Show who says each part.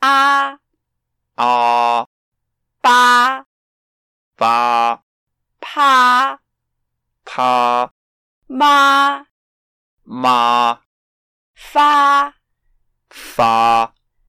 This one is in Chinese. Speaker 1: a
Speaker 2: 啊
Speaker 1: 八
Speaker 2: 八
Speaker 1: 趴
Speaker 2: 趴
Speaker 1: 妈
Speaker 2: 妈
Speaker 1: 发
Speaker 2: 发